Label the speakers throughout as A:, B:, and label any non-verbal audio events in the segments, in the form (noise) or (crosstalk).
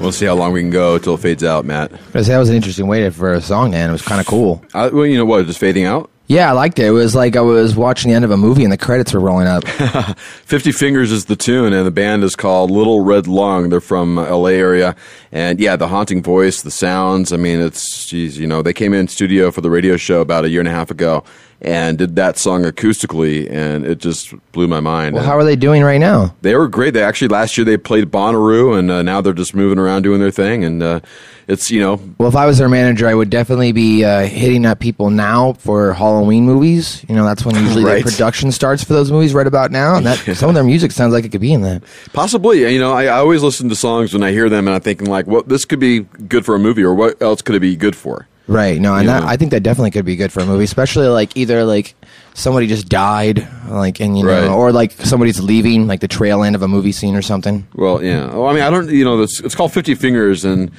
A: We'll see how long we can go until it fades out, Matt.
B: I say that was an interesting way to- for a song to end. It was kind of cool.
A: I, well, you know what? Just fading out.
B: Yeah, I liked it. It was like I was watching the end of a movie and the credits were
A: (laughs)
B: rolling up.
A: Fifty Fingers is the tune, and the band is called Little Red Lung. They're from uh, L.A. area, and yeah, the haunting voice, the sounds. I mean, it's geez, you know, they came in studio for the radio show about a year and a half ago, and did that song acoustically, and it just blew my mind.
B: Well, how are they doing right now?
A: They were great. They actually last year they played Bonnaroo, and uh, now they're just moving around doing their thing. And uh, it's you know
B: Well, if I was their manager, I would definitely be uh, hitting up people now for Halloween movies. You know, that's when usually
A: Right.
B: the production starts for those movies right about now. And
A: (laughs)
B: that some of their music sounds like it could be in that.
A: possibly you know I, I always listen to songs when I hear them, and I'm thinking like, well, this could be good for a movie, or what else could it be good for?
B: Right. No, and
A: Yeah.
B: that, I think that definitely could be good for a movie, especially like either like somebody just died, like and you know,
A: Right.
B: or like somebody's leaving, like the trail end of a movie scene or something.
A: Well, yeah. Well, I mean, I don't. You know, it's, it's called Fifty Fingers, and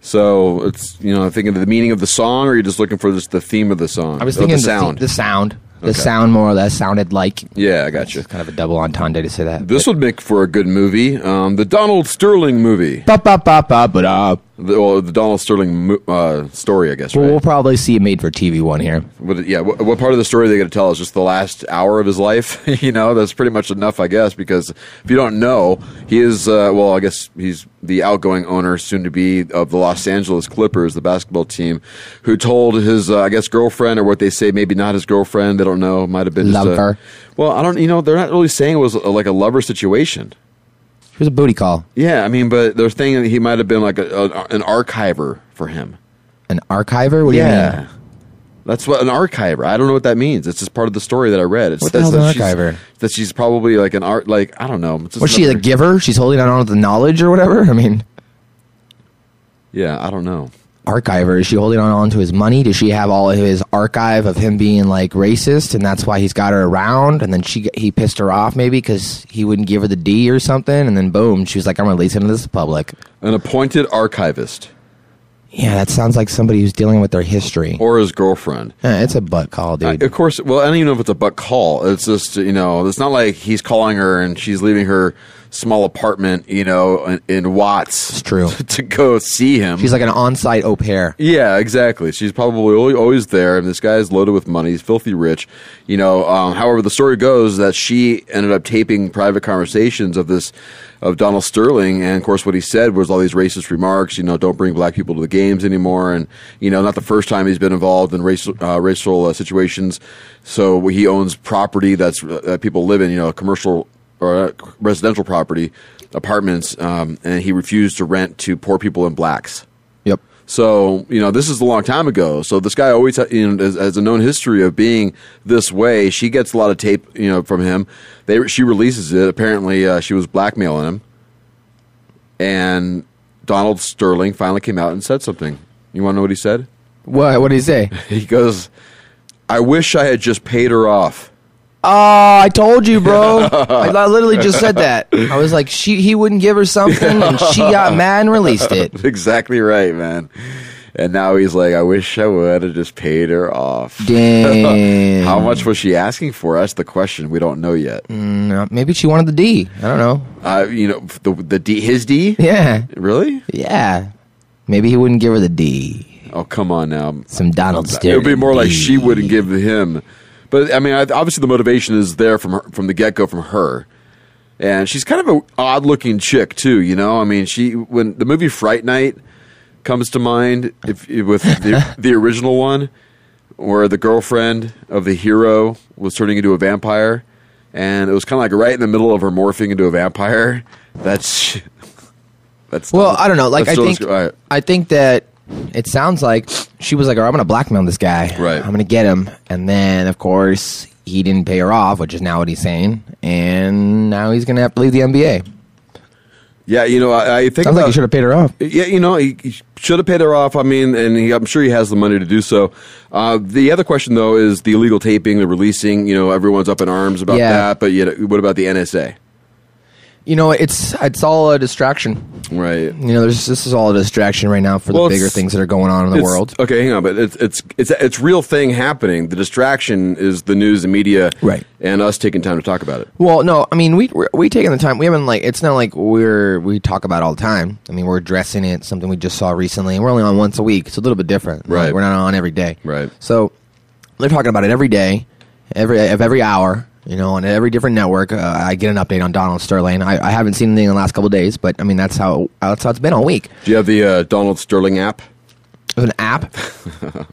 A: so it's you know, thinking of the meaning of the song, or you're just looking for just the theme of the song.
B: I was
A: or
B: thinking
A: the
B: the,
A: sound.
B: the sound, the
A: Okay.
B: sound more or less sounded like.
A: yeah, I got you.
B: It's kind of a double entendre to say that.
A: This would make for a good movie, um, the Donald Sterling movie,
B: Ba, ba, ba, ba, ba, da.
A: the, well, the Donald Sterling mo- uh, story, I guess.
B: Well,
A: right?
B: we'll probably see a made for TV one here.
A: What, yeah, what, what part of the story are they going to tell us? Just the last hour of his life? (laughs) you know, that's pretty much enough, I guess, because if you don't know, he is, uh, well, I guess he's the outgoing owner, soon to be, of the Los Angeles Clippers, the basketball team, who told his, uh, I guess, girlfriend, or what they say, maybe not his girlfriend, they don't know, might have been just a-
B: Lover.
A: well, I don't, you know, they're not really saying it was uh like a lover situation.
B: It was a booty call,
A: Yeah, I mean, but they're saying that he might have been like a, a, an archiver for him.
B: an archiver. What do you mean?
A: That's what an archiver. I don't know what that means. It's just part of the story that I read. It's
B: What the
A: that's- that
B: hell's an
A: she's-
B: archiver?
A: That she's probably like an art. Like I don't know. It's just
B: Was she the
A: another-
B: giver? She's holding on to the knowledge or whatever. (laughs) I mean,
A: Yeah, I don't know.
B: archiver. Is she holding on to his money? Does she have all of his archive of him being like racist, and that's why he's got her around? And then she he pissed her off maybe because he wouldn't give her the D or something, and then boom, she was like, "I'm releasing this to the public."
A: An appointed archivist
B: Yeah, that sounds like somebody who's dealing with their history.
A: or his girlfriend.
B: Yeah, it's a butt call, dude.
A: Of course. Well, I don't even know if it's a butt call. It's just you know, it's not like he's calling her and she's leaving her small apartment, you know, in, in Watts. (laughs) It's
B: true.
A: to go see him.
B: She's like an on-site au pair.
A: Yeah, exactly. She's probably al- always there, and this guy's loaded with money. He's filthy rich. You know. Um, however, the story goes that she ended up taping private conversations of this of Donald Sterling, and of course, what he said was all these racist remarks. You know, don't bring black people to the games anymore, and you know, not the first time he's been involved in racial uh, racial uh, situations. So he owns property that's uh, that people live in. You know, commercial or uh, residential property, apartments, um, and he refused to rent to poor people and blacks.
B: Yep.
A: So you know, this is a long time ago. So this guy always ha- you know, has, has a known history of being this way. She gets a lot of tape, you know, from him. They she releases it. Apparently, uh, she was blackmailing him, and Donald Sterling finally came out and said something. You want to know what he said? (laughs)
B: What? What did he say?
A: He goes, "I wish I had just paid her off." (laughs)
B: Oh, I told you, bro. I, I literally just said that. I was like, she he wouldn't give her something, and
A: (laughs)
B: she got mad and released it.
A: exactly right, man. And now he's like, "I wish I would have just paid her off."
B: Damn.
A: How much was she asking for? That's the question. We don't know yet.
B: No, Uh, maybe she wanted the D. I don't know.
A: Uh, you know, the the D, his D.
B: Yeah,
A: Really?
B: yeah. Maybe he wouldn't give her the D.
A: Oh, come on now.
B: Some Donald
A: It
B: Sterling.
A: would be more like
B: D.
A: she wouldn't give him. But I mean, I, obviously the motivation is there from her, from the get go from her, and she's kind of an odd looking chick too. You know, I mean, she when the movie Fright Night comes to mind, if
B: (laughs)
A: with the, the original one, where the girlfriend of the hero was turning into a vampire, and it was kind of like right in the middle of her morphing into a vampire. That's (laughs) that's
B: Well, I don't know. Like,
A: that's
B: I
A: still-
B: think
A: alright.
B: I think that it sounds like she was like, "Oh, I'm gonna blackmail this guy.
A: Right.
B: I'm gonna get him." And then, of course, he didn't pay her off, which is now what he's saying, and now he's gonna have to leave the NBA.
A: yeah, you know, I, I think
B: Sounds like
A: about-
B: he should have paid her off.
A: Yeah, you know, he, he should have paid her off. I mean, and he, I'm sure he has the money to do so. Uh, the other question, though, is the illegal taping, the releasing. You know, everyone's up in arms about
B: Yeah.
A: that. But yet, what about the NSA?
B: you know, it's it's all a distraction.
A: Right.
B: You know, there's, this is all a distraction right now for
A: Well,
B: the bigger
A: it's-
B: things that are going on in the
A: It's-
B: world.
A: Okay, hang on, but it's it's it's it's real thing happening. The distraction is the news and media,
B: Right.
A: And us taking time to talk about it.
B: Well, no, I mean we we're, we taking the time. We haven't like it's not like we're we talk about it all the time. I mean we're addressing it. Something we just saw recently, and we're only on once a week. It's a little bit different. Like,
A: Right.
B: we're not on every day.
A: Right.
B: So they're talking about it every day, every of every hour. You know, on every different network, uh, I get an update on Donald Sterling. I, I haven't seen anything in the last couple of days, but I mean that's how that's how it's been all week.
A: Do you have the uh, Donald Sterling app?
B: There's an
A: (laughs)
B: app,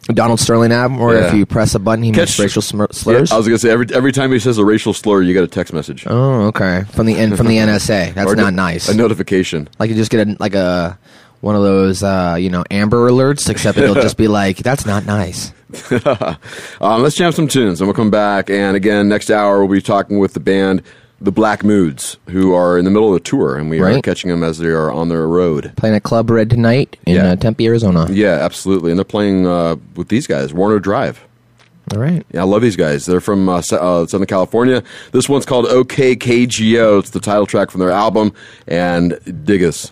B: a Donald Sterling app, or if
A: Yeah.
B: you press a button, he
A: Catch-
B: makes racial smir- slurs.
A: I was gonna say every every time he says a racial slur, you get a text message.
B: oh, okay. From the N- from
A: (laughs)
B: the NSA. That's
A: Or
B: not
A: no-
B: nice.
A: A notification.
B: Like you just get a, like a one of those uh, you know Amber alerts, except it'll just be like that's not nice.
A: Um, let's jam some tunes, and we'll come back. And again, next hour we'll be talking with the band The Black Moods, who are in the middle of a tour, and we are
B: Right.
A: catching them as they are on their road.
B: Playing at Club Red tonight in
A: Yeah.
B: uh, Tempe, Arizona.
A: Yeah, absolutely. And they're playing uh, with these guys, Warner Drive.
B: All right,
A: Yeah, I love these guys. They're from uh, S- uh, Southern California. This one's called OKKGO. It's the title track from their album, and dig us.